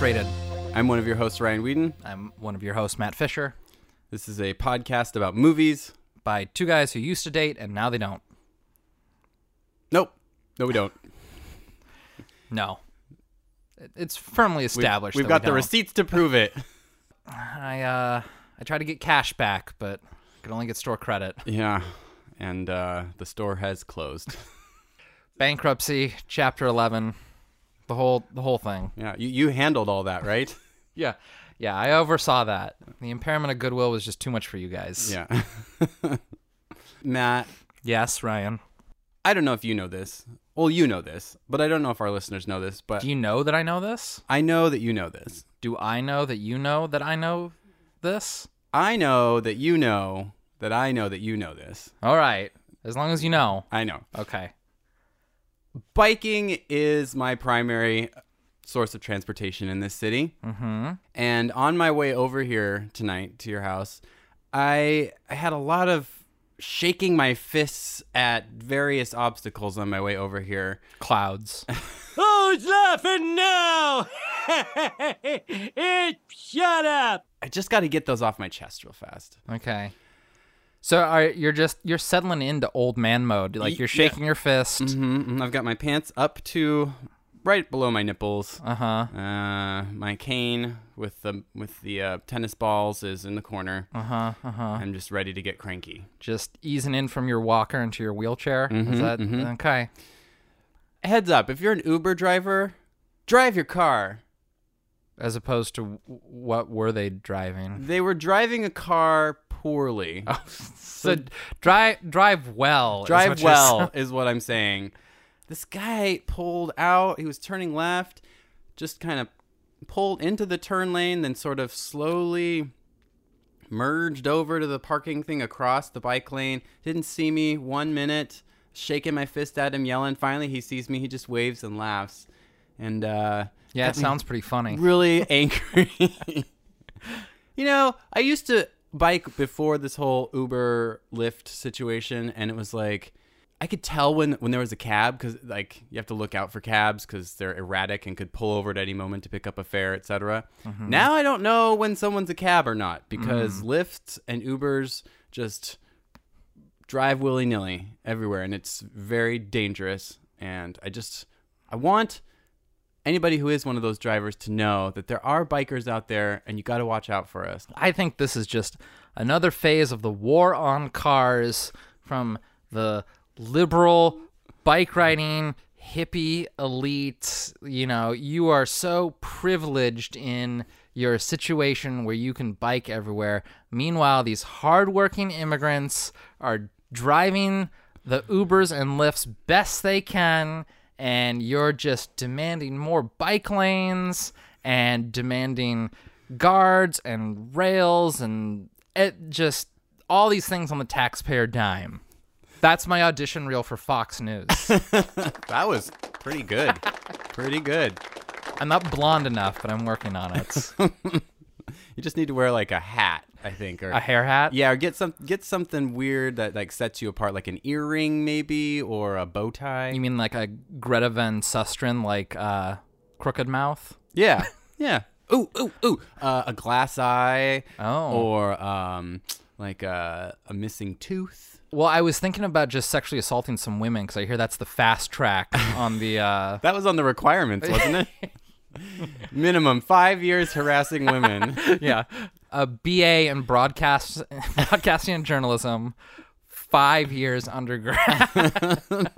Rated. I'm one of your hosts, Ryan Whedon. I'm one of your hosts, Matt Fisher, This is a podcast about movies. by two guys who used to date and now they don't. Nope. No, we don't. No. It- It's firmly established. We've that got we the don't. receipts to prove it. I uh, I try to get cash back, but could only get store credit. yeah. And uh, the store has closed. Bankruptcy, Chapter Eleven, the whole the whole thing. Yeah. You, you handled all that, right? Yeah, yeah. I oversaw that. The impairment of goodwill was just too much for you guys. yeah. Matt, Yes, Ryan. I don't know if you know this. Well, you know this, but I don't know if our listeners know this, but Do you know that I know this? I know that you know this. Do I know that you know that I know this? I know that you know that I know that you know this. All right. As long as you know. I know. Okay. biking is my primary source of transportation in this city. Mm-hmm. And on my way over here tonight to your house, I, I had a lot of shaking my fists at various obstacles on my way over here. Clouds. Who's laughing now? it, shut up. I just got to get those off my chest real fast. Okay. So are you're just you're settling into old man mode. Like you're yeah. shaking your fist. Mm-hmm. I've got my pants up to right below my nipples. Uh-huh. Uh, my cane with the with the uh, tennis balls is in the corner. Uh-huh. Uh-huh. I'm just ready to get cranky. Just easing in from your walker into your wheelchair. Mm-hmm, Is that okay? heads up if you're an uber driver drive your car As opposed to w- what were they driving? they were driving a car poorly Oh, So drive drive well. is what drive you're saying. well is what i'm saying this guy pulled out he was turning left just kind of pulled into the turn lane then sort of slowly merged over to the parking thing across the bike lane didn't see me one minute shaking my fist at him yelling finally he sees me he just waves and laughs and uh Yeah, it got me sounds pretty funny. really angry. you know, I used to bike before this whole Uber Lyft situation, and it was like I could tell when when there was a cab because like you have to look out for cabs because they're erratic and could pull over at any moment to pick up a fare, etc. Now I don't know when someone's a cab or not because Lyfts and Ubers just drive willy nilly everywhere, and it's very dangerous. And I just I want anybody who is one of those drivers to know that there are bikers out there and you got to watch out for us. I think this is just another phase of the war on cars from the liberal bike riding hippie elite. You know, you are so privileged in your situation where you can bike everywhere. Meanwhile, these hardworking immigrants are driving the Ubers and Lyfts best they can, and you're just demanding more bike lanes and demanding guards and rails and it just all these things on the taxpayer dime. That's my audition reel for Fox News. That was pretty good. pretty good. I'm not blonde enough, but I'm working on it. You just need to wear like a hat, I think, or A hair hat? yeah, or get some get something weird that like sets you apart, like an earring maybe, or a bow tie. You mean like a Greta Van Susteren, like uh, Crooked Mouth? Yeah, yeah. Ooh, ooh, ooh. Uh, a glass eye, Oh. or um, like a, a missing tooth. Well, I was thinking about just sexually assaulting some women because I hear that's the fast track on the. Uh, That was on the requirements, wasn't it? Minimum five years harassing women. yeah, a BA in broadcast broadcasting and journalism, five years undergrad,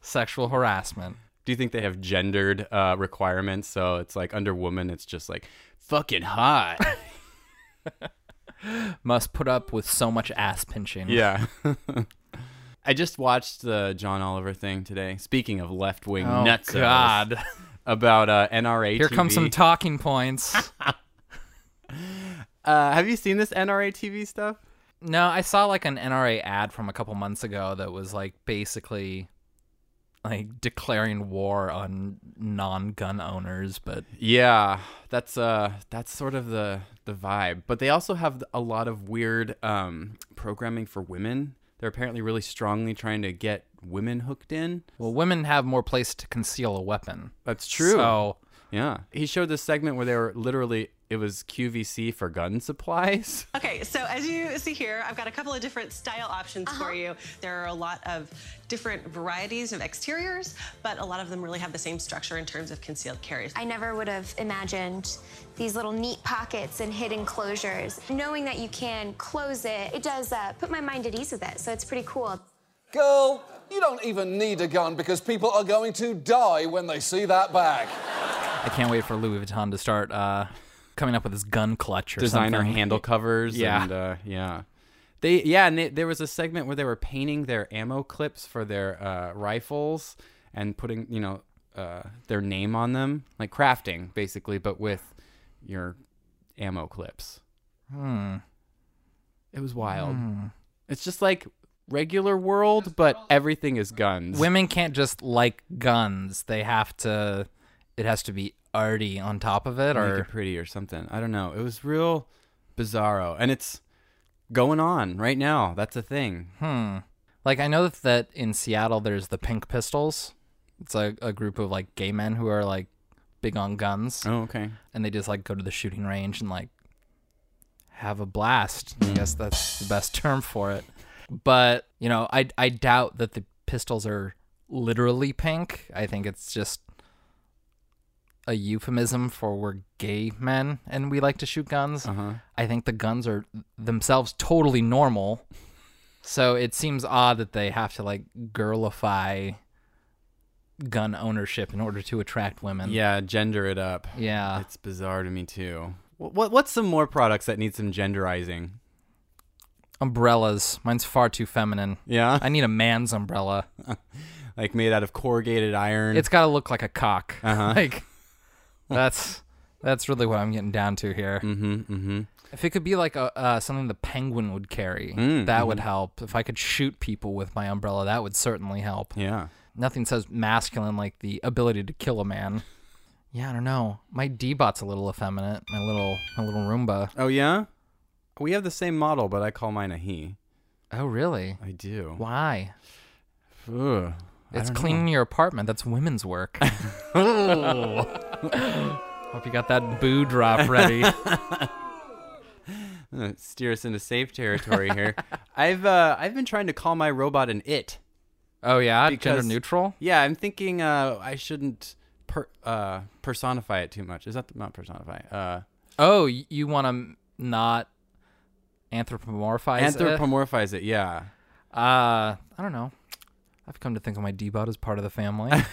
sexual harassment. do you think they have gendered uh, requirements? So it's like under woman, it's just like fucking hot. must put up with so much ass pinching. yeah. I just watched the John Oliver thing today. Speaking of left wing Oh, nuts, God. about uh, NRA. Here come TV. some talking points. uh, have you seen this NRA TV stuff? no, I saw like an NRA ad from a couple months ago that was like basically like declaring war on non-gun owners, but Yeah, that's uh, that's sort of the the vibe. But they also have a lot of weird um, programming for women. They're apparently really strongly trying to get women hooked in. well, women have more place to conceal a weapon. That's true. So Yeah. He showed this segment where they were literally, it was QVC for gun supplies. Okay, so as you see here, I've got a couple of different style options for you. There are a lot of different varieties of exteriors, but a lot of them really have the same structure in terms of concealed carries. I never would have imagined these little neat pockets and hidden closures. Knowing that you can close it, it does uh, put my mind at ease with it, so it's pretty cool. Girl, you don't even need a gun because people are going to die when they see that bag. I can't wait for Louis Vuitton to start uh, coming up with his gun clutch or Designer something. handle covers. Yeah. And, uh, yeah. They, yeah, and they, there was a segment where they were painting their ammo clips for their uh, rifles and putting, you know, uh, their name on them, like crafting, basically, but with your ammo clips. Hmm. It was wild. It's just like regular world, but everything is guns. Women can't just like guns. They have to. It has to be arty on top of it, make or it pretty or something. I don't know. It was real bizarro, and it's going on right now. That's a thing. like I know that in Seattle there's the Pink Pistols. It's a, a group of like gay men who are like big on guns, Oh, okay. and they just like go to the shooting range and like have a blast. I guess that's the best term for it. But you know, I I doubt that the pistols are literally pink. I think it's just a euphemism for we're gay men and we like to shoot guns. I think the guns are themselves totally normal. So it seems odd that they have to like girlify gun ownership in order to attract women. Yeah, gender it up. Yeah. it's bizarre to me too. What what's some more products that need some genderizing? Umbrellas. Mine's far too feminine. Yeah, I need a man's umbrella. like made out of corrugated iron. It's got to look like a cock. Like that's that's really what I'm getting down to here. Mm-hmm, mm-hmm. If it could be like a uh, something the penguin would carry, that would help. If I could shoot people with my umbrella, that would certainly help. yeah. Nothing says masculine like the ability to kill a man. Yeah, I don't know. My D-bot's a little effeminate. My little my little Roomba. Oh yeah. We have the same model, but I call mine a he. Oh, really? I do. Why? Ugh. I It's don't cleaning your apartment. That's women's work. Hope you got that boo drop ready. know. Steer us into safe territory here. I've uh, I've been trying to call my robot an it. oh yeah, gender Because- neutral. Yeah, I'm thinking uh, I shouldn't per, uh, personify it too much. Is that the, not personify? Uh, Oh, y- you want to not anthropomorphize it? anthropomorphize it. Yeah, Uh, I don't know. I've come to think of my Dbot as part of the family.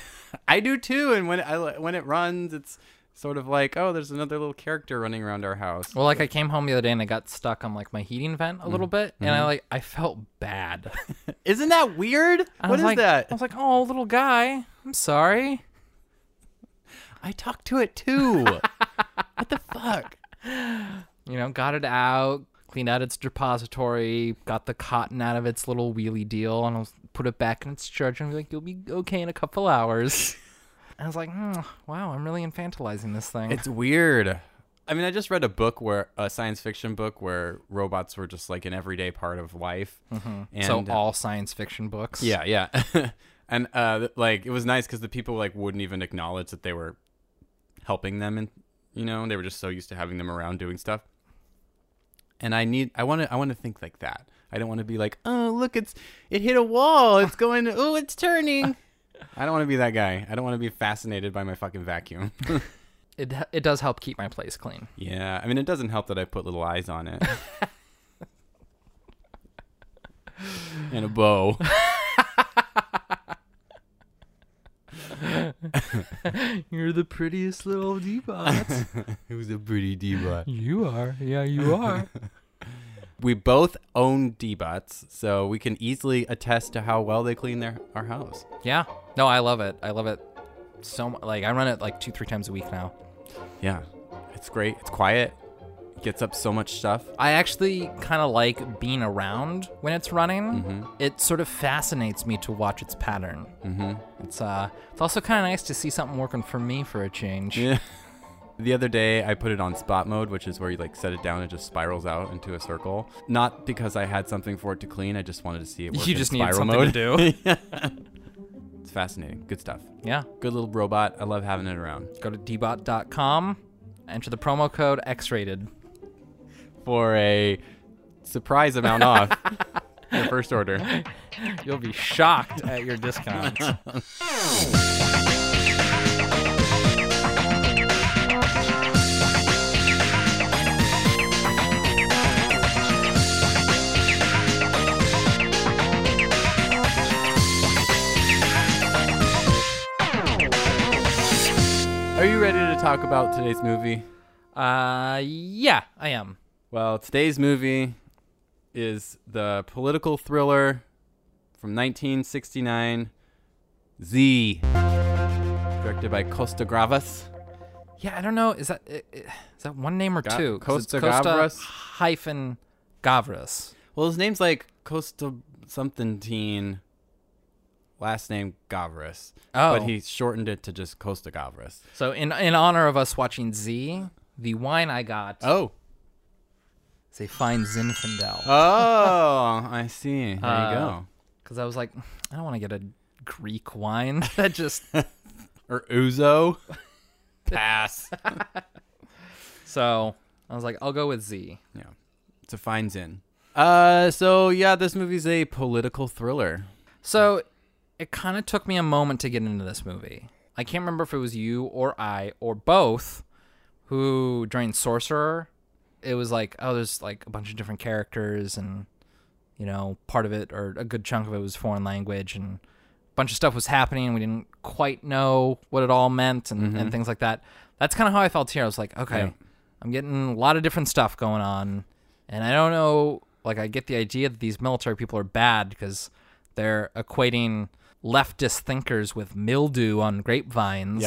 I do too. And when it, I, when it runs, it's sort of like oh, there's another little character running around our house. well, like I came home the other day and I got stuck on like my heating vent a Mm. little bit, and Mm-hmm. I like I felt bad. Isn't that weird? I What was is like- that? I was like, oh, little guy, I'm sorry. I talk to it too. what the fuck? you know, got it out, cleaned out its depository, got the cotton out of its little wheelie deal, and I'll put it back in its charger and be like, you'll be okay in a couple hours. I was like, hmm, wow, I'm really infantilizing this thing. It's weird. I mean, I just read a book where a science fiction book where robots were just like an everyday part of life. And, Mm-hmm. so uh, all science fiction books. Yeah, yeah. and uh th- like it was nice cuz the people like wouldn't even acknowledge that they were helping them and you know, they were just so used to having them around doing stuff. And I need I want to I want to think like that. I don't want to be like, "Oh, look, it's it hit a wall. It's going oh, it's turning." I don't want to be that guy. I don't want to be fascinated by my fucking vacuum. It, it does help keep my place clean. yeah. I mean, it doesn't help that I put little eyes on it. and a bow. You're the prettiest little Debot. it was a pretty diva. you are. Yeah, you are. We both own D-Bots, so we can easily attest to how well they clean their our house. yeah. No, I love it. I love it so much. Like, I run it like two, three times a week now. Yeah, it's great. It's quiet. It gets up so much stuff. I actually kind of like being around when it's running. Mm-hmm. It sort of fascinates me to watch its pattern. Mm-hmm. It's uh, it's also kind of nice to see something working for me for a change. Yeah. The other day, I put it on spot mode, which is where you like set it down and it just spirals out into a circle. Not because I had something for it to clean. I just wanted to see it. Work You in just need spiral something mode. to do. it's It's fascinating. Good stuff. Yeah. Good little robot. I love having it around. Go to dbot.com, enter the promo code X-rated. For a surprise amount off your first order. You'll be shocked at your discount. Are you ready to talk about today's movie? Uh, yeah, I am. Well, today's movie is the political thriller from 1969, Z, directed by Costa Gravas. Yeah, I don't know. Is that i- i- is that one name or Ga- two? 'Cause it's Costa Gavras? hyphen Gavras. Well, his name's like Costa something teen, last name Gavras. Oh. But he shortened it to just Costa Gavras. So in in honor of us watching Z, the wine I got Oh. is a fine Zinfandel. Oh, I see. There you go. Because I was like, I don't want to get a Greek wine. that just Uh. Or Uzo. Pass. so I was like, I'll go with Z. Yeah. It's a fine zin. Uh, so yeah, this movie's a political thriller. So it kind of took me a moment to get into this movie. I can't remember if it was you or I or both who during Sorcerer, it was like, oh, there's like a bunch of different characters, and you know, part of it or a good chunk of it was foreign language, and a bunch of stuff was happening. We didn't quite know what it all meant and, and things like that. That's kind of how I felt here. I was like, okay, Mm-hmm. Yeah. I'm getting a lot of different stuff going on, and I don't know. Like, I get the idea that these military people are bad because they're equating leftist thinkers with mildew on grapevines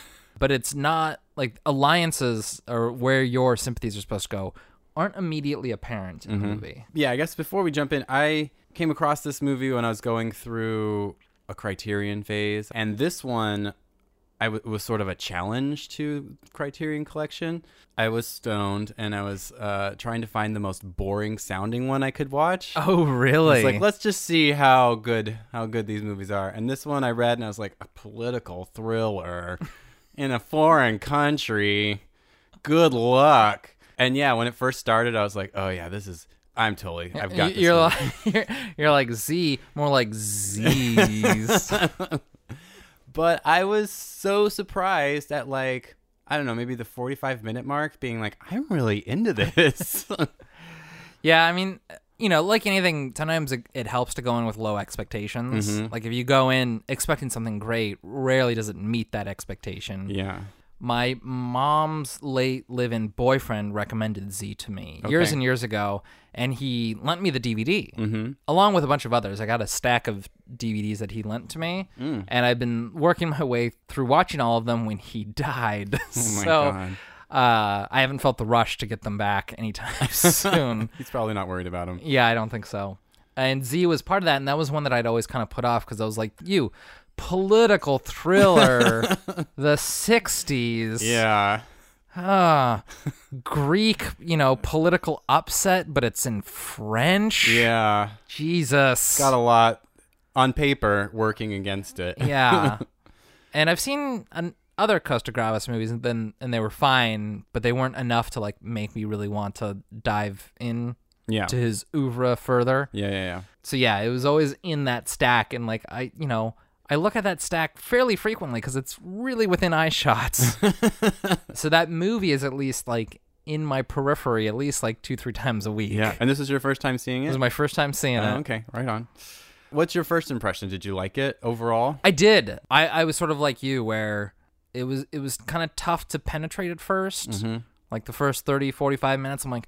but it's not like alliances or where your sympathies are supposed to go aren't immediately apparent in Mm-hmm. the movie. yeah, I guess before we jump in, I came across this movie when I was going through a Criterion phase, and this one I w- was sort of a challenge to Criterion Collection. I was stoned, and I was uh, trying to find the most boring sounding one I could watch. Oh, really? It's like let's just see how good how good these movies are. And this one I read and I was like a political thriller in a foreign country. Good luck. And yeah, when it first started, I was like, oh yeah, this is I'm totally I've got this you're one. like you're, you're like Z, more like Z's. But I was so surprised at like I don't know, maybe the 45 minute mark being like I'm really into this. yeah, I mean, you know, like anything, sometimes it, it helps to go in with low expectations. Mm-hmm. Like if you go in expecting something great, rarely does it meet that expectation. yeah. my mom's late live-in boyfriend recommended Z to me years Okay. Mm-hmm. and years ago, and he lent me the DVD along with a bunch of others. I got a stack of DVDs that he lent to me, Mm. and I've been working my way through watching all of them when he died. so Oh God. Uh, I haven't felt the rush to get them back anytime soon. He's probably not worried about him. Yeah, I don't think so. And Z was part of that, and that was one that I'd always kind of put off because I was like, you political thriller, the '60s, Yeah. ah, Greek, you know, political upset, but it's in French. Yeah. Jesus, Got a lot on paper working against it. yeah. and I've seen an, other Costa Gravas movies, and then and they were fine, but they weren't enough to like make me really want to dive in Yeah. to his oeuvre further. Yeah, yeah, yeah. so yeah, it was always in that stack, and like I, you know, I look at that stack fairly frequently because it's really within eye shots. so that movie is at least like in my periphery, at least like two, three times a week. Yeah. And this is your first time seeing it? it was my first time seeing Oh, it. okay, right on. What's your first impression? Did you like it overall? I did. I, I was sort of like you, where it was it was kind of tough to penetrate at 1st Mm-hmm. Like the first 30, 45 minutes, I'm like,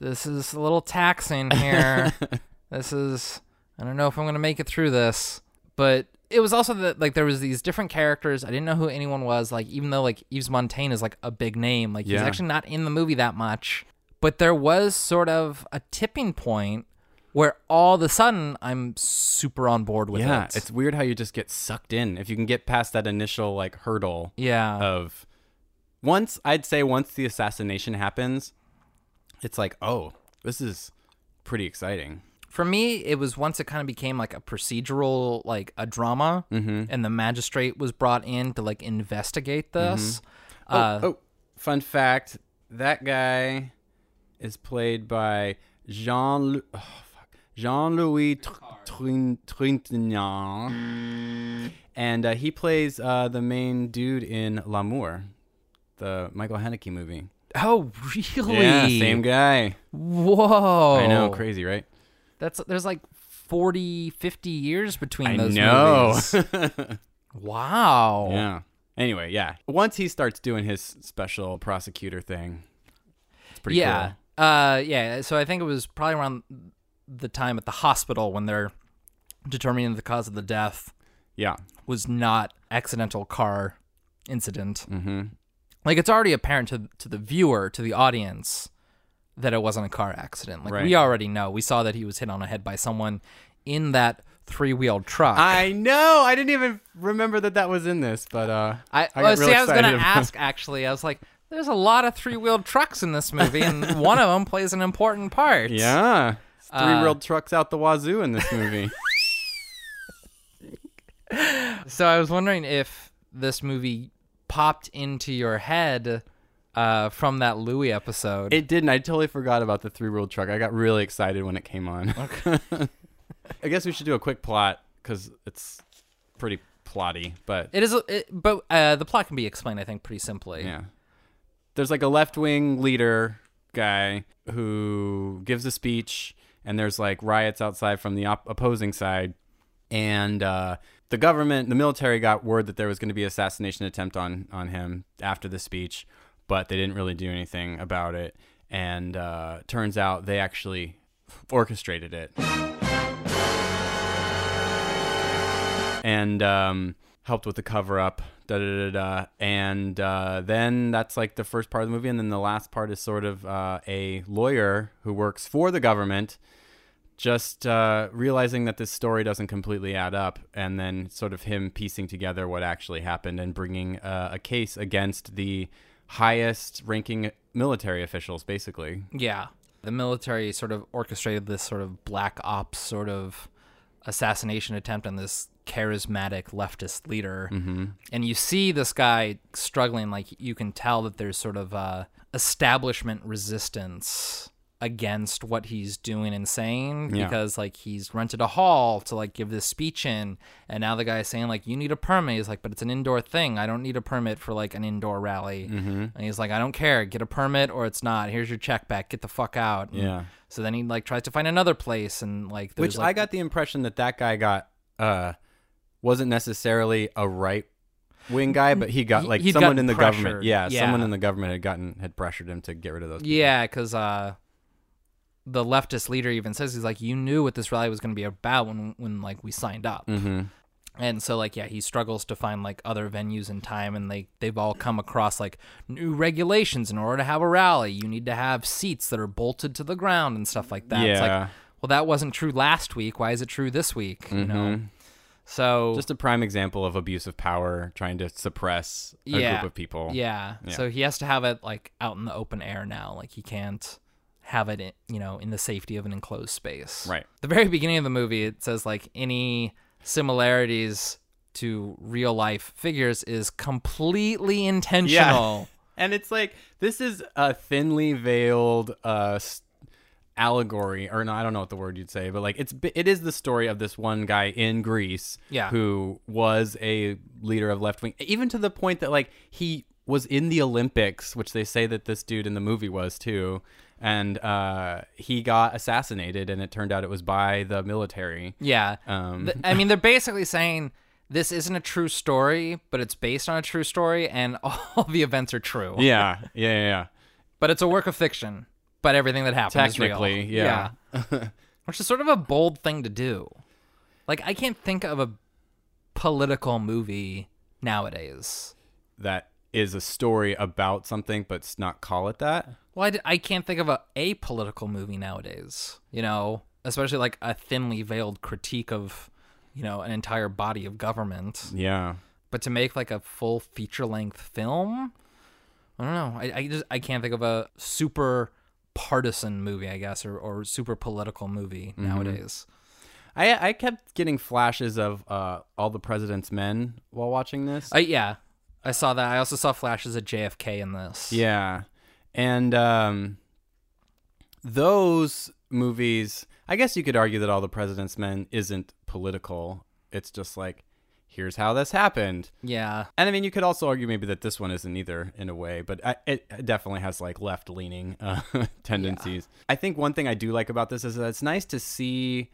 this is a little taxing here. this is I don't know if I'm gonna make it through this. But it was also that like there was these different characters. I didn't know who anyone was. Like even though like Yves Montaigne is like a big name, like he's Yeah. actually not in the movie that much. But there was sort of a tipping point where all of a sudden I'm super on board with Yeah, it. it's weird how you just get sucked in. If you can get past that initial like hurdle yeah. of once I'd say once the assassination happens, it's like, "Oh, this is pretty exciting." for me it was once it kind of became like a procedural like a drama Mm-hmm. and the magistrate was brought in to like investigate Mm-hmm. this uh, oh, fun fact that guy is played by Jean oh, fuck. Jean Louis Trintignant, and uh, he plays uh, the main dude in L'amour, the Michael Haneke movie. oh, really Yeah, same guy. whoa I know, crazy, right? that's there's like 40 50 years between I those know. movies wow yeah. Anyway, yeah. Once he starts doing his special prosecutor thing, it's pretty yeah. Uh, yeah. So I think it was probably around the time at the hospital when they're determining the cause of the death cool. Yeah. was not accidental car incident. Mm-hmm. Like it's already apparent to to the viewer, to the audience, that it wasn't a car accident. Like we Right. already know. We saw that he was hit on the head by someone in that three wheeled truck. I know. I didn't even remember that that was in this, but uh, I, got well, see. real I was gonna excited about- ask actually. I was like, "There's a lot of three-wheeled trucks in this movie, and one of them plays an important part." Yeah, Uh, three-wheeled trucks out the wazoo in this movie. So I was wondering if this movie popped into your head uh, from that Louis episode. it didn't. I totally forgot about the three-wheeled truck. I got really excited when it came on. Okay. I guess we should do a quick plot because it's pretty plotty, but it is, a- it, but uh, the plot can be explained, I think, pretty simply. Yeah. There's like a left wing leader guy who gives a speech, and there's like riots outside from the op- opposing side. And uh, the government, the military got word that there was going to be assassination attempt on, on him after the speech, but they didn't really do anything about it. And uh, turns out they actually orchestrated it. and um, helped with the cover up. Da da da da. And uh, then that's like the first part of the movie, and then the last part is sort of uh, a lawyer who works for the government, just uh, realizing that this story doesn't completely add up, and then sort of him piecing together what actually happened and bringing uh, a case against the highest ranking military officials, basically. Yeah. The military sort of orchestrated this sort of black ops sort of assassination attempt on this charismatic leftist leader. Mm-hmm. And you see this guy struggling. Like, you can tell that there's sort of uh, establishment resistance against what he's doing and saying Yeah. because like he's rented a hall to like give this speech in and now the guy's saying like you need a permit he's like but it's an indoor thing i don't need a permit for like an indoor rally Mm-hmm. and he's like i don't care get a permit or it's not here's your check back get the fuck out And Yeah. so then he like tries to find another place and like there's Which like I got the impression that that guy got uh, wasn't necessarily a right wing guy, but he got He- like he'd someone gotten in the pressured, government. Yeah, yeah. someone in the government had gotten had pressured him to get rid of those. people. Yeah, because uh, the leftist leader even says he's like, you knew what this rally was going to be about when when like we signed up, Mm-hmm. and so like yeah, he struggles to find like other venues in time, and they they've all come across like new regulations in order to have a rally, you need to have seats that are bolted to the ground and stuff like that. It's Yeah. like, well, that wasn't true last week. Why is it true this week? You know. So Mm-hmm. Just a prime example of abuse of power, trying to suppress a Yeah. group of people. Yeah. So he has to have it like out in the open air now. Like he can't have it, in, you know, in the safety of an enclosed space. Right. The very beginning of the movie, it says like any similarities to real life figures is completely intentional. And it's like this is a thinly veiled uh, s- allegory, or no, I don't know what the word you'd say, but like it's bi- it is the story of this one guy in Greece, Yeah. who was a leader of left wing, even to the point that like he was in the Olympics, which they say that this dude in the movie was too, and uh, he got assassinated, and it turned out it was by the military. Yeah. Um, Th- I mean, they're basically saying this isn't a true story, but it's based on a true story and all the events are true. Yeah, yeah, yeah. yeah. But it's a work of fiction. But everything that happened is real. Technically, yeah. Yeah. Which is sort of a bold thing to do. Like I can't think of a political movie nowadays. That is a story about something, but s- not call it that. Well, I, d- I can't think of a apolitical movie nowadays. You know, especially like a thinly veiled critique of, you know, an entire body of government. Yeah. But to make like a full feature length film, I don't know. I, I just I can't think of a super partisan movie, I guess, or, or super political movie nowadays. I I kept getting flashes of uh, all the president's men while watching this. I, yeah, I saw that. I also saw flashes of JFK in this. Yeah. And um, those movies, I guess you could argue that All the President's Men isn't political. It's just like, here's how this happened. yeah. And I mean, you could also argue maybe that this one isn't either in a way, but I, it definitely has like left leaning uh, tendencies. I think one thing I do like about this is that it's nice to see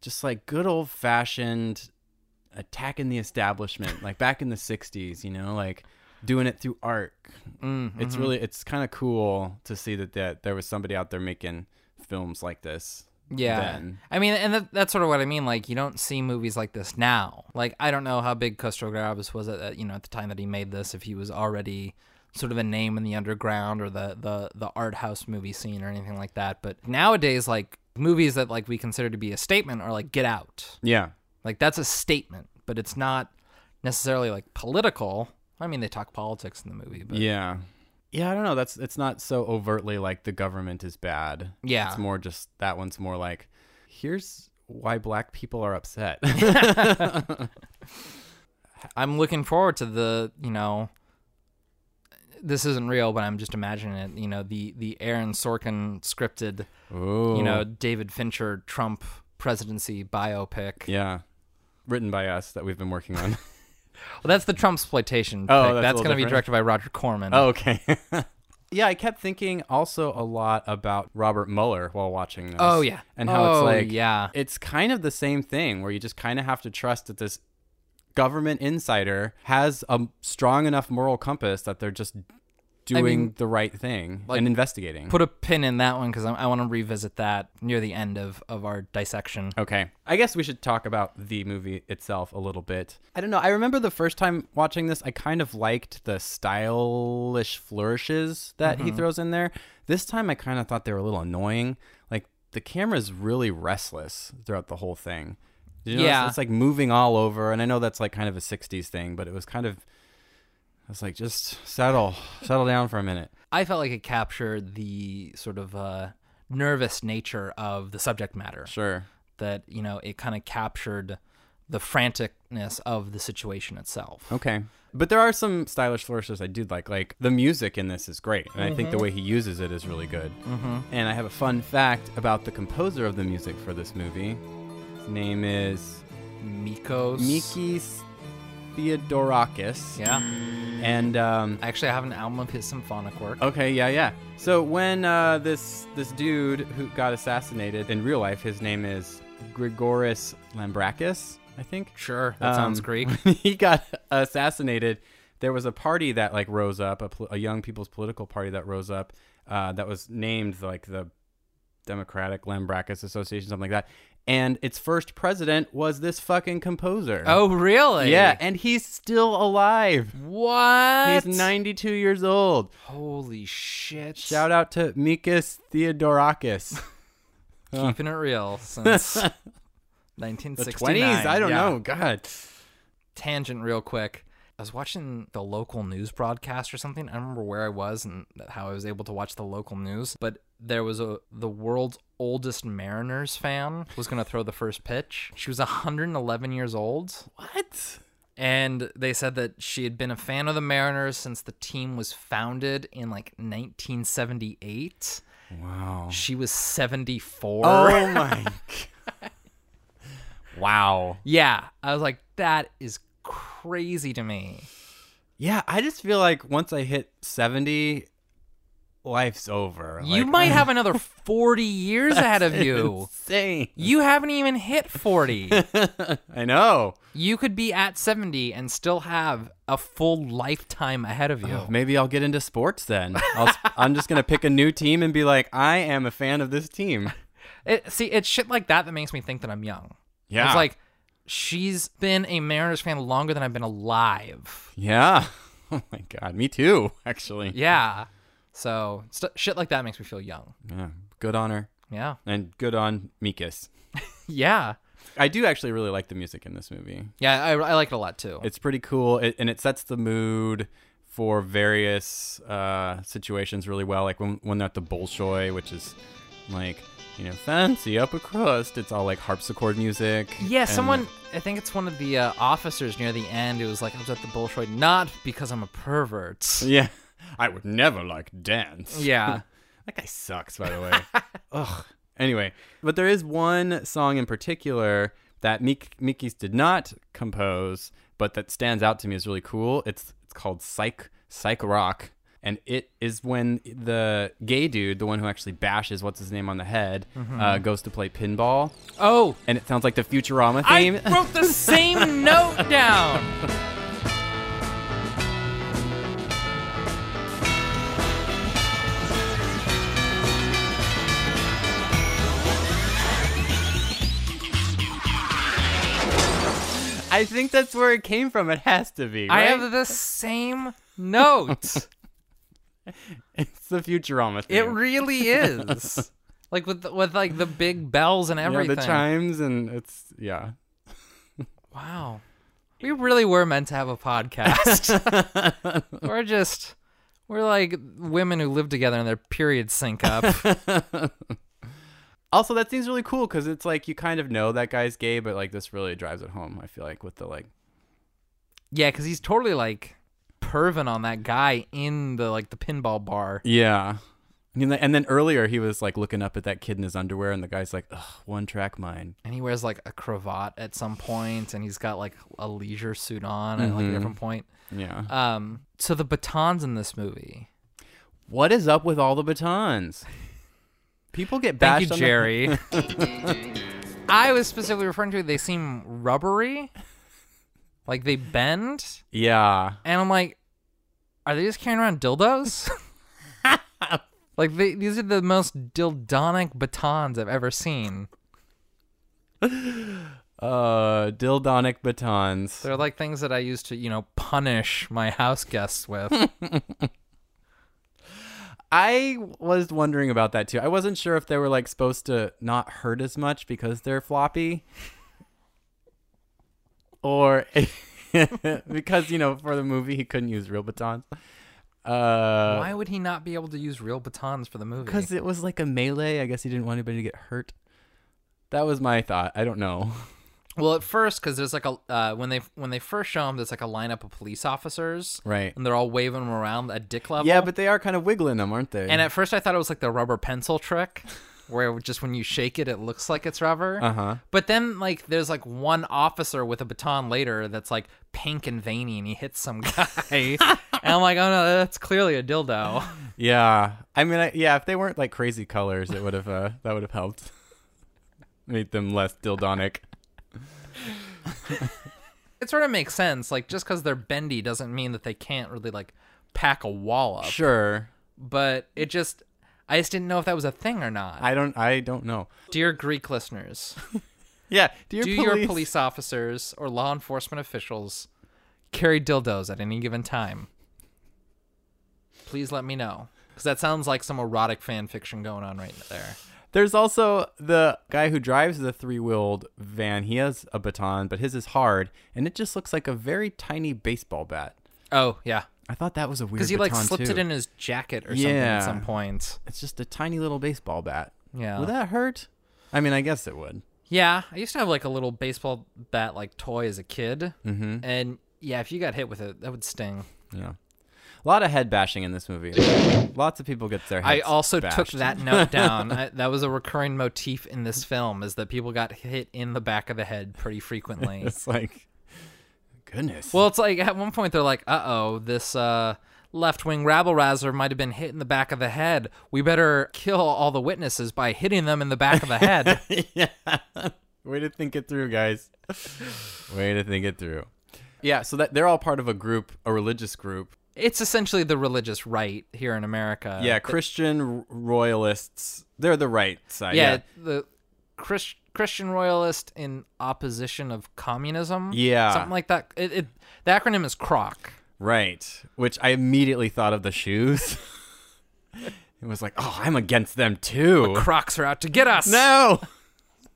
just like good old fashioned attacking the establishment, like back in the 60s, you know, like doing it through art. It's really, it's kind of cool to see that, that there was somebody out there making films like this. Yeah. then. I mean, and that, that's sort of what I mean. Like, you don't see movies like this now. Like, I don't know how big Castro Graves was at, at you know at the time that he made this. If he was already sort of a name in the underground or the the the art house movie scene or anything like that. But nowadays, like movies that like we consider to be a statement are like Get Out. Yeah. Like that's a statement, but it's not necessarily like political. I mean, they talk politics in the movie, but Yeah. Yeah, I don't know. That's it's not so overtly like the government is bad. Yeah. It's more just that one's more like here's why black people are upset. I'm looking forward to the you know this isn't real, but I'm just imagining it. You know the the Aaron Sorkin scripted, you know David Fincher Trump presidency biopic. yeah. Written by us that we've been working on. Well, that's the Trump exploitation. Oh, that's a that's, little going to be different. Oh. directed by Roger Corman. okay. yeah, I kept thinking also a lot about Robert Mueller while watching this. Oh, yeah. And how it's Oh, like yeah. It's kind of the same thing where you just kind of have to trust that this government insider has a strong enough moral compass that they're just doing mean, the right thing and investigating. put a pin in that one because I, I want to revisit that near the end of of our dissection. Okay. I guess we should talk about the movie itself a little bit. I don't know. I remember the first time watching this, I kind of liked the stylish flourishes that he throws in there. This time, I kind of thought they were a little annoying. Like, the camera's really restless throughout the whole thing. Did you notice? Yeah. It's like moving all over. And I know that's like kind of a 60s thing, but it was kind of. I was like, just settle, settle down for a minute. I felt like it captured the sort of uh, nervous nature of the subject matter. Sure. that you know it kind of captured the franticness of the situation itself. Okay. But there are some stylish flourishes I do like. Like the music in this is great, and I think the way he uses it is really good. Mm-hmm. And I have a fun fact about the composer of the music for this movie. His name is Mikos, Mikis Theodorakis. yeah. And um, Actually, I have an album of his symphonic work. okay, yeah, yeah. So when uh, this this dude who got assassinated in real life, his name is Grigoris Lambrakis, I think. Sure, that sounds Um, Greek. When he got assassinated, there was a party that like rose up, a, pol- a young people's political party that rose up, uh, that was named like the Democratic Lambrakis Association, something like that. And its first president was this fucking composer. Oh, really? yeah, and he's still alive. What? He's 92 years old. Holy shit! Shout out to Mikis Theodorakis. Keeping it real since 1969. 20s, I don't Yeah. know. God. Tangent, real quick. I was watching the local news broadcast or something. I don't remember where I was and how I was able to watch the local news, but there was a the world's oldest Mariners fan was going to throw the first pitch. She was 111 years old. What? and they said that she had been a fan of the Mariners since the team was founded in like 1978. Wow. She was 74. Oh my. God. wow. Yeah, I was like, that is crazy to me. Yeah, I just feel like once I hit 70, life's over. you Like, mm. might have another 40 years ahead of you. Insane. You haven't even hit 40. I know. you could be at 70 and still have a full lifetime ahead of you. Maybe I'll get into sports then. I'll, I'm just going to pick a new team and be like, I am a fan of this team. It, see, it's shit like that that makes me think that I'm young. Yeah. It's like she's been a Mariners fan longer than I've been alive. yeah. Oh my God. Me too, actually. Yeah. So st- shit like that makes me feel young. Yeah. Good on her. Yeah. And good on Mikis. Yeah. I do actually really like the music in this movie. Yeah. I, I like it a lot too. It's pretty cool, it, and it sets the mood for various uh, situations really well. Like when, when they're at the Bolshoi, which is like, you know, fancy upper crust, it's all like harpsichord music. Yeah, and- someone. I think it's one of the uh, officers near the end. It was like I was at the Bolshoi, not because I'm a pervert. Yeah. I would never like dance. Yeah. That guy sucks, by the way. Ugh. Anyway, but there is one song in particular that Mik- Mikis did not compose, but that stands out to me as really cool. It's it's called Psych Psych Rock, and it is when the gay dude, the one who actually bashes what's his name on the head, Mm-hmm. uh, goes to play pinball, Oh, and it sounds like the Futurama I theme. wrote the same note down. I think that's where it came from. It has to be. I right? have the same note. it's the Futurama theme. It really is. Like with the, with like the big bells and yeah, everything. the chimes and it's yeah. Wow. We really were meant to have a podcast. we're just we're like women who live together and their periods sync up. Also, that seems really cool because it's like you kind of know that guy's gay, but like this really drives it home. I feel like with the like, yeah, cuz he's totally like perving on that guy in the like the pinball bar. yeah. I mean, and then earlier he was like looking up at that kid in his underwear, and the guy's like, Ugh, "One track mind." And he wears like a cravat at some point and he's got like a leisure suit on at like a Mm-hmm. different point. Yeah. Um so the batons in this movie. what is up with all the batons? People get bashed. Thank you, on the- Jerry. I was specifically referring to they seem rubbery, like they bend, yeah. and I'm like, are they just carrying around dildos? like they, these are the most dildonic batons I've ever seen. Uh, dildonic batons. They're like things that I used to, you know, punish my house guests with. I was wondering about that too. I wasn't sure if they were like supposed to not hurt as much because they're floppy, or because you know for the movie he couldn't use real batons. Uh, Why would he not be able to use real batons for the movie? because it was like a melee. I guess he didn't want anybody to get hurt. That was my thought. I don't know. Well, at first, because there's like a uh, when they when they first show him, there's like a lineup of police officers, Right. And they're all waving him around at dick level. Yeah, but they are kind of wiggling them, aren't they? and at first I thought it was like the rubber pencil trick, where just when you shake it, it looks like it's rubber. Uh huh. But then like there's like one officer with a baton later that's like pink and veiny, and he hits some guy, and I'm like, oh no, that's clearly a dildo. yeah, I mean, I, yeah, if they weren't like crazy colors, it would have uh, that would have helped made them less dildonic. It sort of makes sense. Like just because they're bendy doesn't mean that they can't really like pack a wall up. Sure. But it just. I just didn't know if that was a thing or not. I don't. I don't know. Dear Greek listeners, Yeah. Do your do police, your police officers or law enforcement officials carry dildos at any given time? Please let me know. Because that sounds like some erotic fan fiction going on right there. There's also the guy who drives the three-wheeled van. He has a baton, but his is hard, and it just looks like a very tiny baseball bat. Oh, yeah. I thought that was a weird. Because he like baton, slipped too. it in his jacket or something Yeah. at some point. It's just a tiny little baseball bat. Yeah. Would that hurt? I mean, I guess it would. Yeah. I used to have like a little baseball bat like toy as a kid. Mm-hmm. And yeah, if you got hit with it, that would sting. Yeah. A lot of head bashing in this movie. Lots of people get their. I heads also took bashed. that note down. I, that was a recurring motif in this film is that people got hit in the back of the head pretty frequently. It's like, goodness. well, it's like at one point they're like, "Uh oh, this uh, left-wing rabble rouser might have been hit in the back of the head. We better kill all the witnesses by hitting them in the back of the head." yeah. Way to think it through, guys. Way to think it through. Yeah, so that they're all part of a group, a religious group. it's essentially the religious right here in America. yeah, Christian r- royalists. They're the right side. yeah, Yeah. the Chris, Christian royalist in opposition of communism. Yeah. something like that. It, it the acronym is CROC. Right. Which I immediately thought of the shoes. it was like, "Oh, I'm against them too." Crocs are out to get us. no.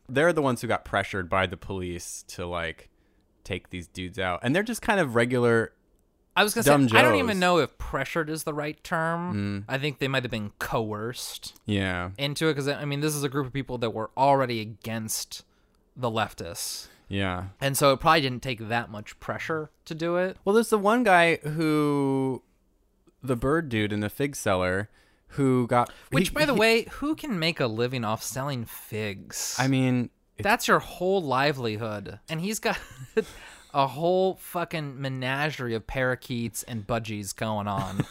they're the ones who got pressured by the police to like take these dudes out. And they're just kind of regular I was gonna Dumb say I don't Joes. Mm. even know if pressured is the right term. I think they might have been coerced Yeah. into it because I mean this is a group of people that were already against the leftists, Yeah. and so it probably didn't take that much pressure to do it. Well, there's the one guy who, the bird dude in the fig cellar, who got. Which, he- by the he- way, who can make a living off selling figs? I mean, it- that's your whole livelihood, and he's got a whole fucking menagerie of parakeets and budgies going on.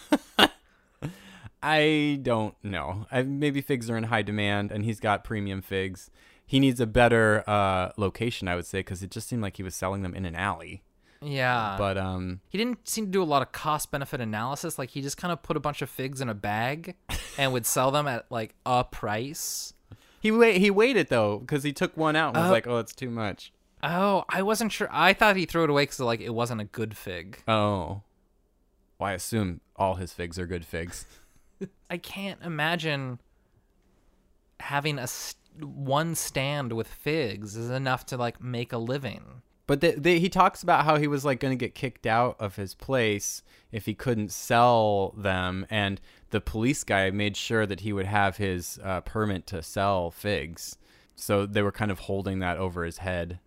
I don't know. I, maybe figs are in high demand, and he's got premium figs. He needs a better uh, location, I would say, because it just seemed like he was selling them in an alley. yeah, But um, he didn't seem to do a lot of cost benefit analysis. Like he just kind of put a bunch of figs in a bag and would sell them at like a price. he wait he waited though because he took one out and was like, "Oh, it's too much." Oh, I wasn't sure. I thought he threw it away because like it wasn't a good fig. Oh, well, I assume all his figs are good figs. I can't imagine having a s- one stand with figs is enough to like make a living. But they, they, he talks about how he was like going to get kicked out of his place if he couldn't sell them, and the police guy made sure that he would have his uh, permit to sell figs. So they were kind of holding that over his head.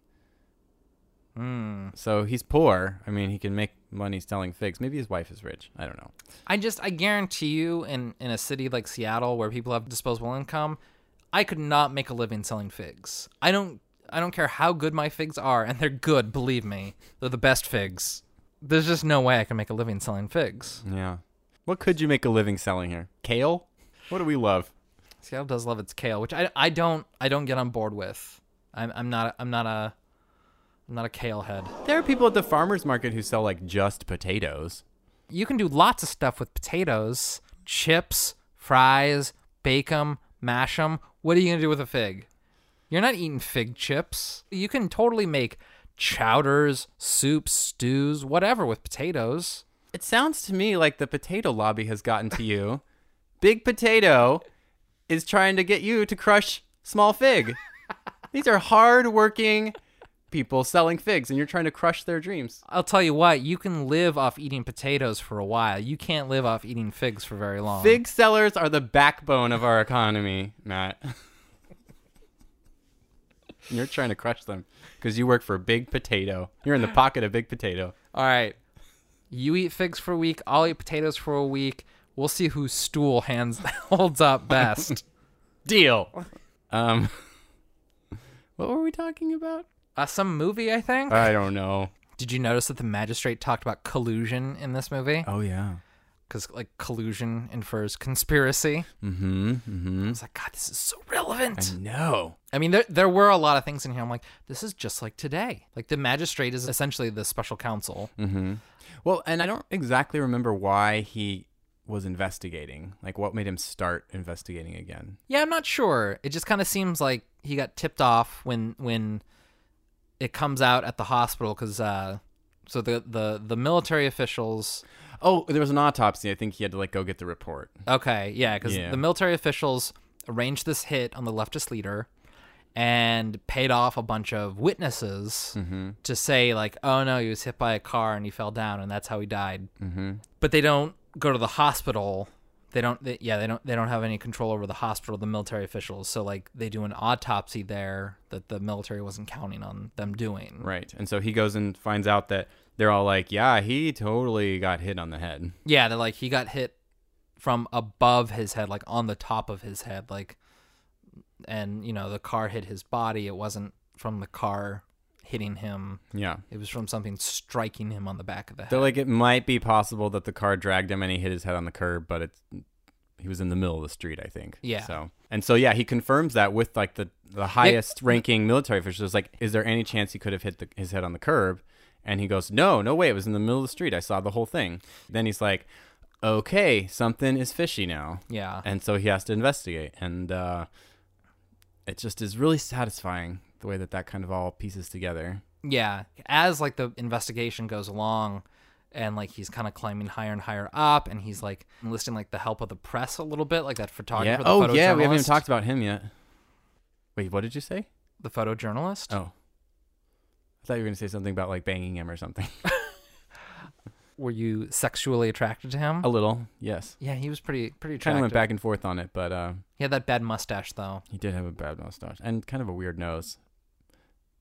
So he's poor. I mean, he can make money selling figs. Maybe his wife is rich. I don't know. I just I guarantee you in in a city like Seattle where people have disposable income, I could not make a living selling figs. I don't I don't care how good my figs are and they're good, believe me. They're the best figs. There's just no way I can make a living selling figs. Yeah. What could you make a living selling here? Kale? What do we love? Seattle does love its kale, which I I don't I don't get on board with. I'm I'm not I'm not a I'm not a kale head. There are people at the farmers market who sell like just potatoes. you can do lots of stuff with potatoes, chips, fries, bake 'em, mash 'em. What are you going to do with a fig? You're not eating fig chips. You can totally make chowders, soups, stews, whatever with potatoes. It sounds to me like the potato lobby has gotten to you. Big Potato is trying to get you to crush Small Fig. These are hard-working people selling figs, and you're trying to crush their dreams. I'll tell you what, you can live off eating potatoes for a while. You can't live off eating figs for very long. Fig sellers are the backbone of our economy, Matt. And you're trying to crush them because you work for Big Potato. You're in the pocket of Big Potato. All right. You eat figs for a week, I'll eat potatoes for a week. We'll see whose stool hands holds up best. Deal. Um, what were we talking about? Uh, some movie, I think. I don't know. Did you notice that the magistrate talked about collusion in this movie? Oh yeah. Because like collusion infers conspiracy. Mm-hmm. mm-hmm. I was like, God, this is so relevant. No. I mean, there there were a lot of things in here. I'm like, this is just like today. Like the magistrate is essentially the special counsel. Well, and I don't exactly remember why he was investigating. Like, what made him start investigating again? Yeah, I'm not sure. It just kind of seems like he got tipped off when when it comes out at the hospital because uh, so the the the military officials Oh, there was an autopsy. I think he had to like go get the report. Okay, yeah, because Yeah. the military officials arranged this hit on the leftist leader and paid off a bunch of witnesses to say like, "Oh no, he was hit by a car and he fell down, and that's how he died." Mm-hmm. But they don't go to the hospital. They don't. They, yeah, they don't. They don't have any control over the hospital. The military officials. So like, they do an autopsy there that the military wasn't counting on them doing. Right. And so he goes and finds out that they're all like, yeah, he totally got hit on the head. Yeah, they're like he got hit from above his head, like on the top of his head, like and you know, the car hit his body. It wasn't from the car hitting him. Yeah. It was from something striking him on the back of the They're head. like, it might be possible that the car dragged him and he hit his head on the curb, but it's he was in the middle of the street, I think. Yeah. So and so, yeah, he confirms that with like the the highest ranking military officials. Like, is there any chance he could have hit the, his head on the curb? And he goes, No, no way. It was in the middle of the street. I saw the whole thing. Then he's like, Okay, something is fishy now. Yeah. And so he has to investigate, and uh, it just is really satisfying the way that that kind of all pieces together. Yeah. As like the investigation goes along and like he's kind of climbing higher and higher up and he's like enlisting like the help of the press a little bit, like that photographer. Yeah. The Oh, yeah. We haven't even photojournalist- talked about him yet. Wait, what did you say? the photojournalist. Oh. I thought you were going to say something about like banging him or something. Were you sexually attracted to him? A little, yes. Yeah, he was pretty pretty attractive. Kind of went back and forth on it, but uh, He had that bad mustache though. he did have a bad mustache and kind of a weird nose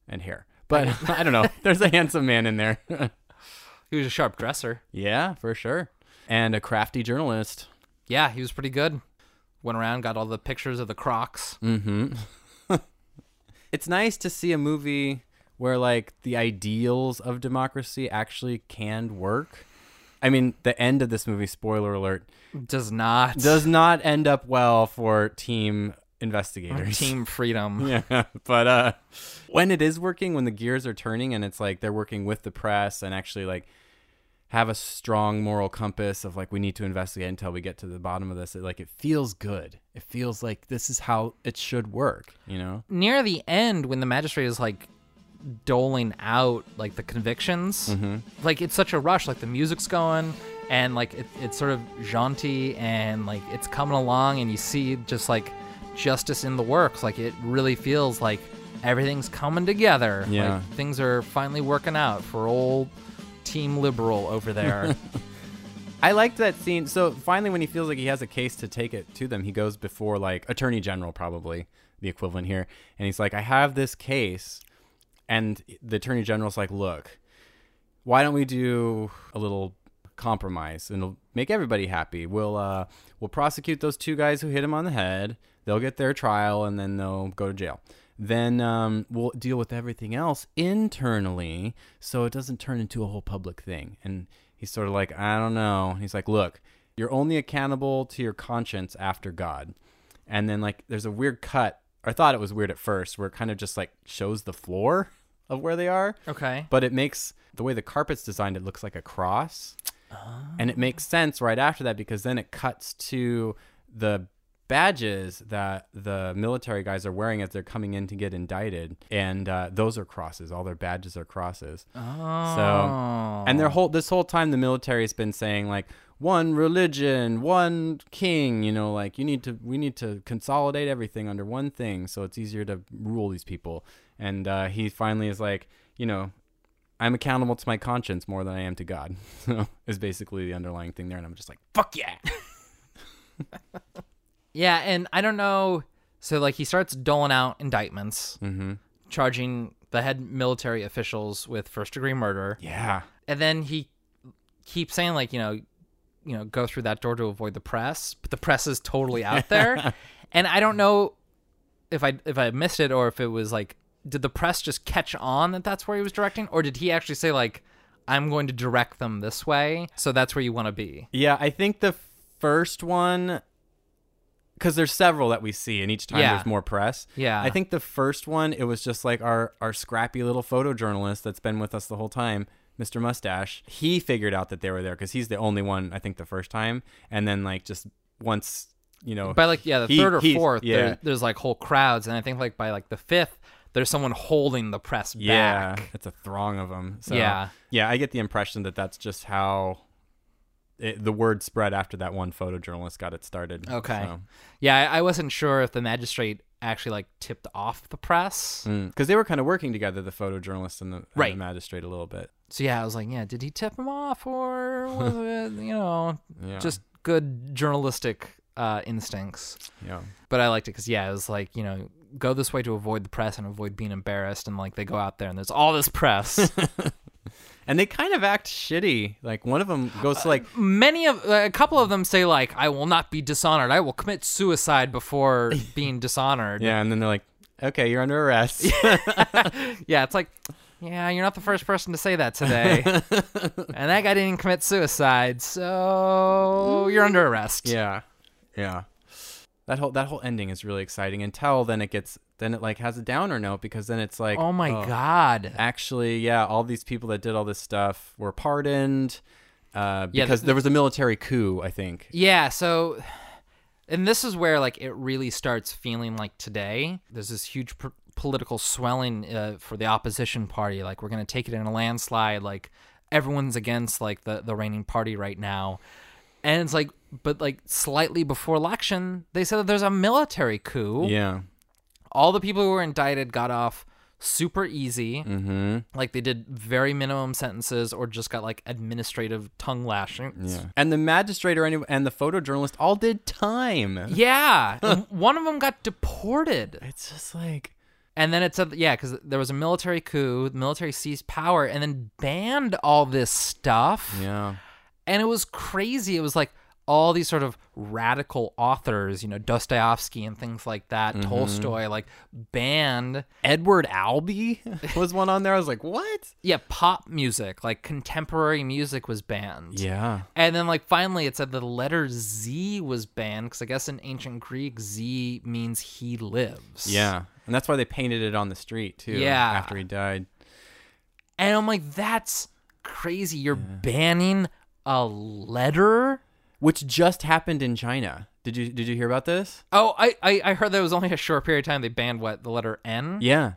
and hair. But I don't know. There's a handsome man in there. He was a sharp dresser. yeah, for sure. And a crafty journalist. Yeah, he was pretty good. Went around, got all the pictures of the Crocs. Mm. It's nice to see a movie where like the ideals of democracy actually can work. I mean, the end of this movie, spoiler alert, Does not does not end up well for team investigators. team freedom. Yeah, but uh, when it is working, when the gears are turning, and it's like they're working with the press and actually like have a strong moral compass of like we need to investigate until we get to the bottom of this. It, like it feels good. It feels like this is how it should work. You know? Near the end, when the magistrate is like doling out like the convictions, Mm-hmm. like it's such a rush. Like the music's going, and like it, it's sort of jaunty, and like it's coming along, and you see just like justice in the works. Like it really feels like everything's coming together. Yeah. Like things are finally working out for old team liberal over there. I liked that scene. So finally, when he feels like he has a case to take it to them, he goes before like attorney general, probably the equivalent here, and he's like, "I have this case," and the attorney general's like, "Look, why don't we do a little compromise and it'll make everybody happy? We'll uh, we'll prosecute those two guys who hit him on the head. They'll get their trial and then they'll go to jail." Then um, we'll deal with everything else internally, so it doesn't turn into a whole public thing. And he's sort of like, I don't know. He's like, look, you're only accountable to your conscience after God. And then like, there's a weird cut. I thought it was weird at first, where it kind of just like shows the floor of where they are. okay. But it makes the way the carpet's designed, it looks like a cross. And it makes sense right after that because then it cuts to the badges that the military guys are wearing as they're coming in to get indicted. And uh, those are crosses. All their badges are crosses. Oh. So, and their whole, this whole time, the military has been saying, like, one religion, one king, you know, like you need to, we need to consolidate everything under one thing so it's easier to rule these people. And uh, he finally is like, you know, I'm accountable to my conscience more than I am to God. So is basically the underlying thing there, and I'm just like, fuck yeah. Yeah, and I don't know. So like he starts doling out indictments, charging the head military officials with first degree murder, Yeah. and then he keeps saying like you know, you know, go through that door to avoid the press, but the press is totally out there, and I don't know if I if I missed it or if it was like did the press just catch on that that's where he was directing, or did he actually say like I'm going to direct them this way, so that's where you want to be. Yeah, I think the first one because there's several that we see and each time Yeah. there's more press. Yeah. I think the first one it was just like our our scrappy little photojournalist that's been with us the whole time, Mr. Mustache. He figured out that they were there cuz he's the only one I think the first time and then like just once, you know, by like yeah the he- third or he- fourth yeah. there, there's like whole crowds and i think like by like the fifth there's someone holding the press Yeah, back it's a throng of them. So, Yeah. yeah. I get the impression that that's just how it, the word spread after that one photojournalist got it started. okay yeah I, I wasn't sure if the magistrate actually like tipped off the press because hmm, they were kind of working together, the photojournalist and the, and the Right. magistrate, a little bit. so yeah i was like yeah did he tip him off or was it you know Yeah. just good journalistic uh instincts Yeah, but i liked it because yeah it was like you know go this way to avoid the press and avoid being embarrassed and like they go out there and there's all this press and they kind of act shitty. Like one of them Uh, goes to like many of uh, a couple of them say like i will not be dishonored i will commit suicide before being dishonored yeah, and then they're like, okay, you're under arrest. yeah it's like yeah you're not the first person to say that today and that guy didn't commit suicide so you're under arrest yeah, yeah. That whole that whole ending is really exciting until then it gets then it like has a downer note because then it's like oh my god actually, yeah, all these people that did all this stuff were pardoned uh, Yeah, because th- there was a military coup, I think. yeah so and this is where like it really starts feeling like today there's this huge pr- political swelling uh, for the opposition party like we're going to take it in a landslide like everyone's against like the the reigning party right now and it's like but like slightly before election they said that there's a military coup Yeah. all the people who were indicted got off super easy. Mm-hmm. Like they did very minimum sentences or just got like administrative tongue lashings. Yeah. And the magistrate or any, and the photojournalist all did time. Yeah. and one of them got deported. It's just like And then it said, yeah, because there was a military coup, the military seized power and then banned all this stuff. yeah. And it was crazy. It was like all these sort of radical authors, you know, Dostoevsky and things like that, Mm-hmm. Tolstoy, like banned, Edward Albee was one on there. I was like, what? yeah, pop music, like contemporary music was banned. Yeah. And then, like, finally, it said the letter Z was banned because I guess in ancient Greek, Z means he lives. Yeah. And that's why they painted it on the street too. Yeah. After he died. And I'm like, that's crazy. You're banning a letter? Which just happened in China. Did you did you hear about this? Oh, I, I, I heard that it was only a short period of time they banned what? The letter N? Yeah.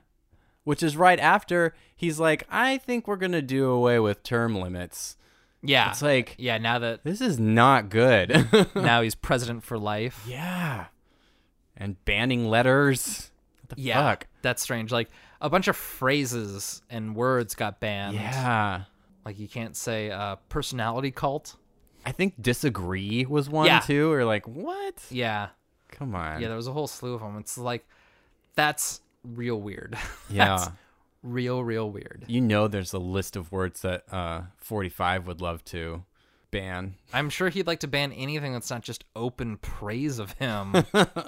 Which is right after he's like, I think we're gonna do away with term limits. Yeah. It's like- yeah, now that This is not good. now he's president for life. yeah. And banning letters. What the Yeah, fuck? that's strange. Like a bunch of phrases and words got banned. Yeah. like you can't say uh, personality cult. I think disagree was one Yeah. too, or like what? Yeah, Come on. yeah, there was a whole slew of them. It's like that's real weird. Yeah. that's real, real weird. you know there's a list of words that uh 45 would love to ban. I'm sure he'd like to ban anything that's not just open praise of him. but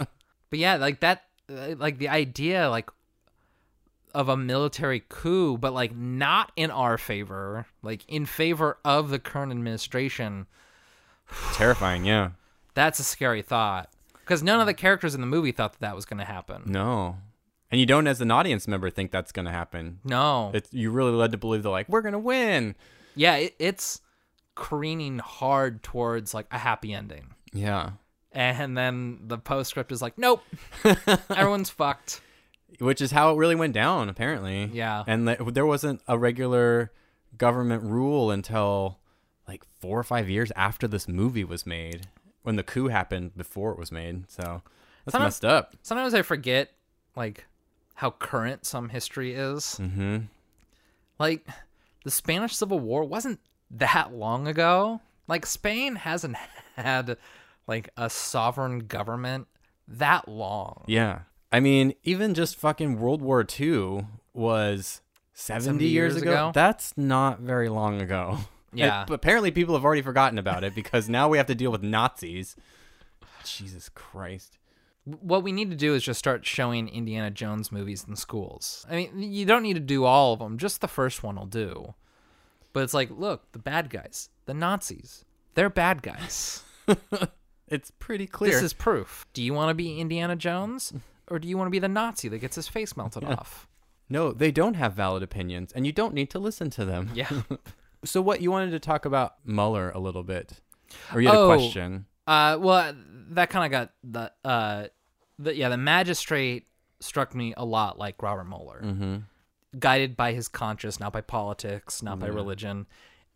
yeah, like that, uh, like the idea, like of a military coup, but like not in our favor, like in favor of the current administration. Terrifying, yeah. That's a scary thought because none of the characters in the movie thought that that was going to happen. No. And you don't as an audience member think that's going to happen. No, It's you really led to believe they're like we're going to win. yeah, it, it's careening hard towards like a happy ending, Yeah. and then the postscript is like, nope, everyone's fucked. Which is how it really went down apparently. Yeah. And th- there wasn't a regular government rule until like 4 or 5 years after this movie was made when the coup happened before it was made. So that's Some of- messed up. Sometimes I forget like how current some history is. Mm-hmm. Like the Spanish Civil War wasn't that long ago. Like Spain hasn't had like a sovereign government that long. Yeah. I mean, even just fucking World War II was 70, years, years ago. ago? That's not very long ago. Yeah. But apparently people have already forgotten about it because now we have to deal with Nazis. Jesus Christ. what we need to do is just start showing Indiana Jones movies in schools. I mean, you don't need to do all of them, just the first one will do. But it's like, look, the bad guys, the Nazis, they're bad guys. It's pretty clear. this is proof. Do you want to be Indiana Jones or do you want to be the Nazi that gets his face melted off? no, they don't have valid opinions and you don't need to listen to them. Yeah. So what you wanted to talk about Mueller a little bit. Or you had Oh. a question. Uh, well, that kind of got the uh, the yeah, the magistrate struck me a lot like Robert Mueller, guided by his conscience, not by politics, not by religion,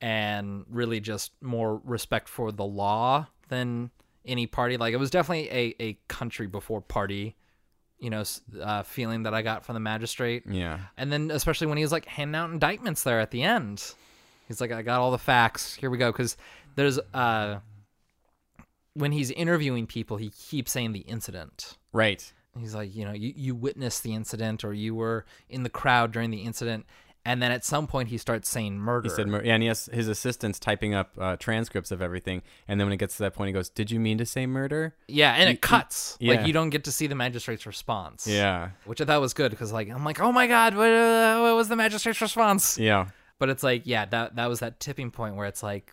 and really just more respect for the law than any party. Like it was definitely a a country before party, you know, s- uh, feeling that I got from the magistrate. Yeah. And then, especially when he was like handing out indictments there at the end, he's like, "I got all the facts. Here we go." Because there's uh, when he's interviewing people, he keeps saying the incident. Right. He's like, you know, you, you witnessed the incident, or you were in the crowd during the incident, and then at some point he starts saying murder. He said, mur- yeah, and he has his assistant's typing up uh, transcripts of everything. And then when it gets to that point, he goes, Did you mean to say murder? yeah, and it cuts. yeah. Like you don't get to see the magistrate's response. Yeah. which I thought was good because like I'm like, oh my god, what, uh, what was the magistrate's response? Yeah. but it's like yeah that that was that tipping point where it's like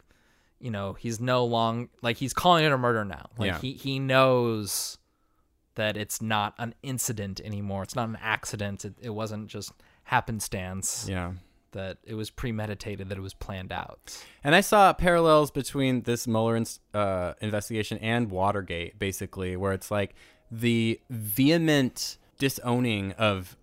you know he's no long like he's calling it a murder now like Yeah. he he knows that it's not an incident anymore it's not an accident it, it wasn't just happenstance Yeah. that it was premeditated that it was planned out And I saw parallels between this Mueller ins- uh, investigation and Watergate, basically, where it's like the vehement disowning of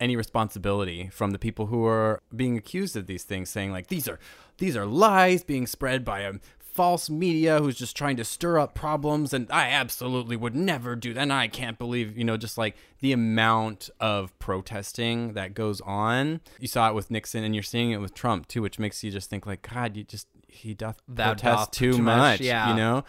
any responsibility from the people who are being accused of these things, saying like these are these are lies being spread by a false media who's just trying to stir up problems and I absolutely would never do that and I can't believe, you know, just like the amount of protesting that goes on. You saw it with Nixon and you're seeing it with Trump too, which makes you just think like god, you just he doth Thou protest doth too, too much, much, yeah. you know.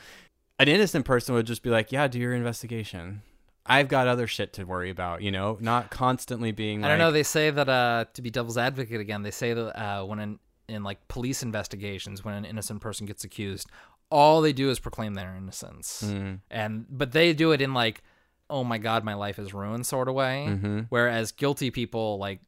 An innocent person would just be like, "Yeah, do your investigation. I've got other shit to worry about," you know, not constantly being I like don't know. They say that uh, to be devil's advocate again, they say that uh, when an, in like police investigations, when an innocent person gets accused, all they do is proclaim their innocence, and but they do it in like, oh my god, my life is ruined sort of way. Whereas guilty people like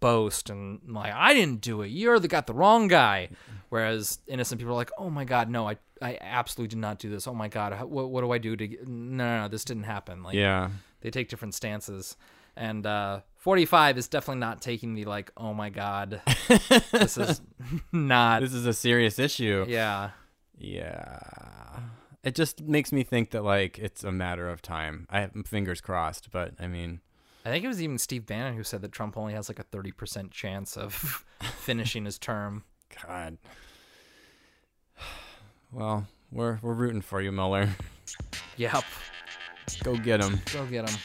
boast and like I didn't do it. You're the got the wrong guy. Whereas innocent people are like, oh my god, no, I I absolutely did not do this. Oh my god, how, what what do I do to get- no no, no this didn't happen. Like Yeah. they take different stances and uh 45 is definitely not taking the like oh my god this is not This is a serious issue. yeah Yeah. It just makes me think that like it's a matter of time. I have fingers crossed, but I mean, i think it was even steve bannon who said that trump only has like a 30% chance of finishing his term God. Well, we're we're rooting for you, Mueller. yep Go get him. go get him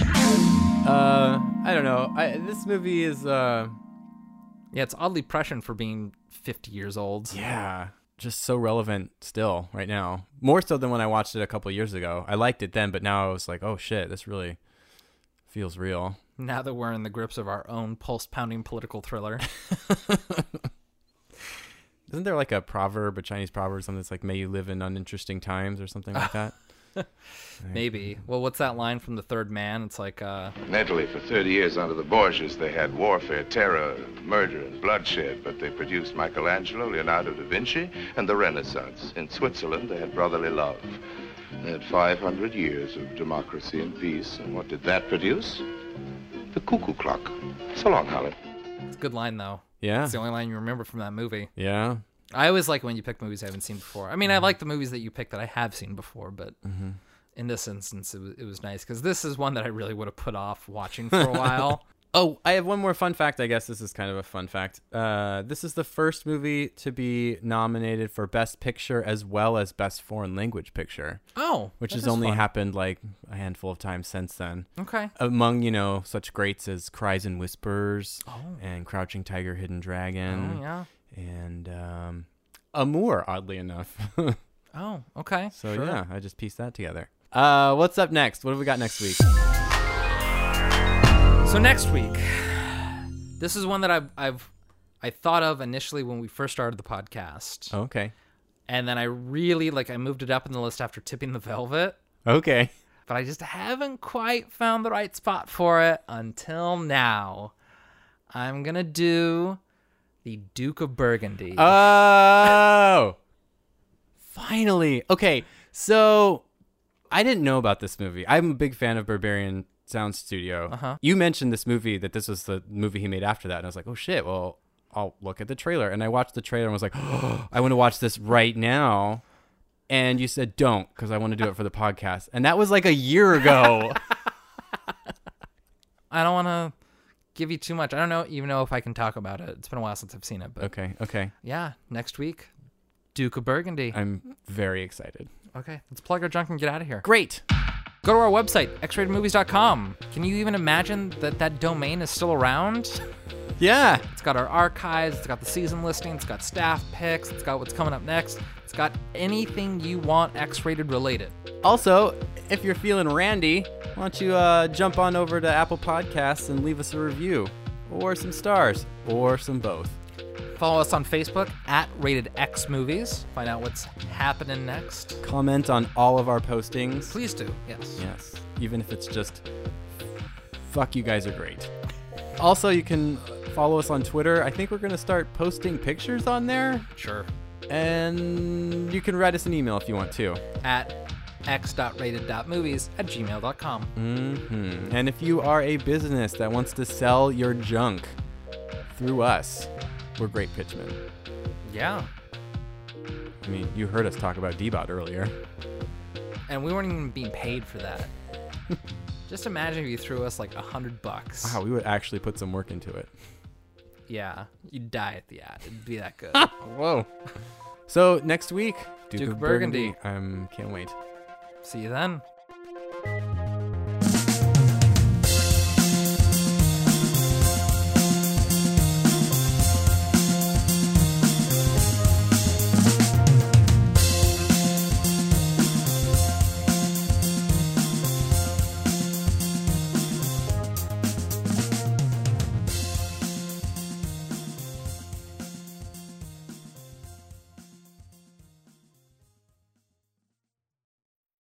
Uh, I don't know. I this movie is uh, yeah it's oddly prescient for being 50 years old yeah, just so relevant still right now. More so than when I watched it a couple years ago. I liked it then, but now I was like, oh shit, this really feels real. now that we're in the grips of our own pulse pounding political thriller Isn't there like a proverb, a Chinese proverb, or something that's like, "May you live in uninteresting times" or something like that? maybe well what's that line from the third man it's like uh In Italy, for 30 years under the Borgias, they had warfare, terror, murder, and bloodshed, but they produced Michelangelo, Leonardo da Vinci, and the Renaissance. In Switzerland, they had brotherly love. They had 500 years of democracy and peace, and what did that produce? The cuckoo clock. So long, Holly. it's a good line though Yeah. it's the only line you remember from that movie Yeah. I always like when you pick movies I haven't seen before. I mean, I like the movies that you pick that I have seen before, but in this instance, it was, it was nice because this is one that I really would have put off watching for a while. Oh, I have one more fun fact. I guess this is kind of a fun fact. Uh, this is the first movie to be nominated for Best Picture as well as Best Foreign Language Picture, Oh, which that has is only fun. happened like a handful of times since then. okay. Among you know such greats as Cries and Whispers and Crouching Tiger, Hidden Dragon, Oh, yeah. and um, Amour, oddly enough. Oh, okay. So yeah, I just pieced that together. Uh, what's up next? What have we got next week? So next week, this is one that I've I've I thought of initially when we first started the podcast, Okay. and then I really like I moved it up in the list after tipping the velvet. Okay. but I just haven't quite found the right spot for it until now. I'm gonna do the Duke of Burgundy. Uh, Oh. Finally. Okay. So I didn't know about this movie. I'm a big fan of Barbarian Sound Studio. Uh-huh. You mentioned this movie that this was the movie he made after that, and I was like, oh shit. Well, I'll look at the trailer, and I watched the trailer and was like, oh, I want to watch this right now. And you said don't because I want to do it for the podcast, and that was like a year ago. I don't want to give you too much. I don't know even know if I can talk about it. It's been a while since I've seen it, but okay. Okay. yeah, next week, Duke of Burgundy. I'm very excited. Okay, let's plug our junk and get out of here. Great. Go to our website, xratedmovies.com. Can you even imagine that that domain is still around? Yeah. It's got our archives, it's got the season listing, it's got staff picks, it's got what's coming up next, it's got anything you want X rated related. Also, if you're feeling randy, why don't you uh, jump on over to Apple Podcasts and leave us a review, or some stars, or some both. Follow us on Facebook at Rated X Movies. Find out what's happening next. Comment on all of our postings. Please do, yes. Yes, even if it's just fuck you guys are great. Also, you can follow us on Twitter. I think we're going to start posting pictures on there, Sure. and you can write us an email if you want to. At x.rated.movies at gmail.com. Mhm. And if you are a business that wants to sell your junk through us, We're great pitchmen. Yeah. I mean, you heard us talk about Debot earlier. And we weren't even being paid for that. Just imagine if you threw us like a hundred bucks. Wow, we would actually put some work into it. Yeah. You'd die at the ad. It'd be that good. Whoa. So next week, Duke, Duke of of Burgundy. Burgundy. I'm can't wait. See you then.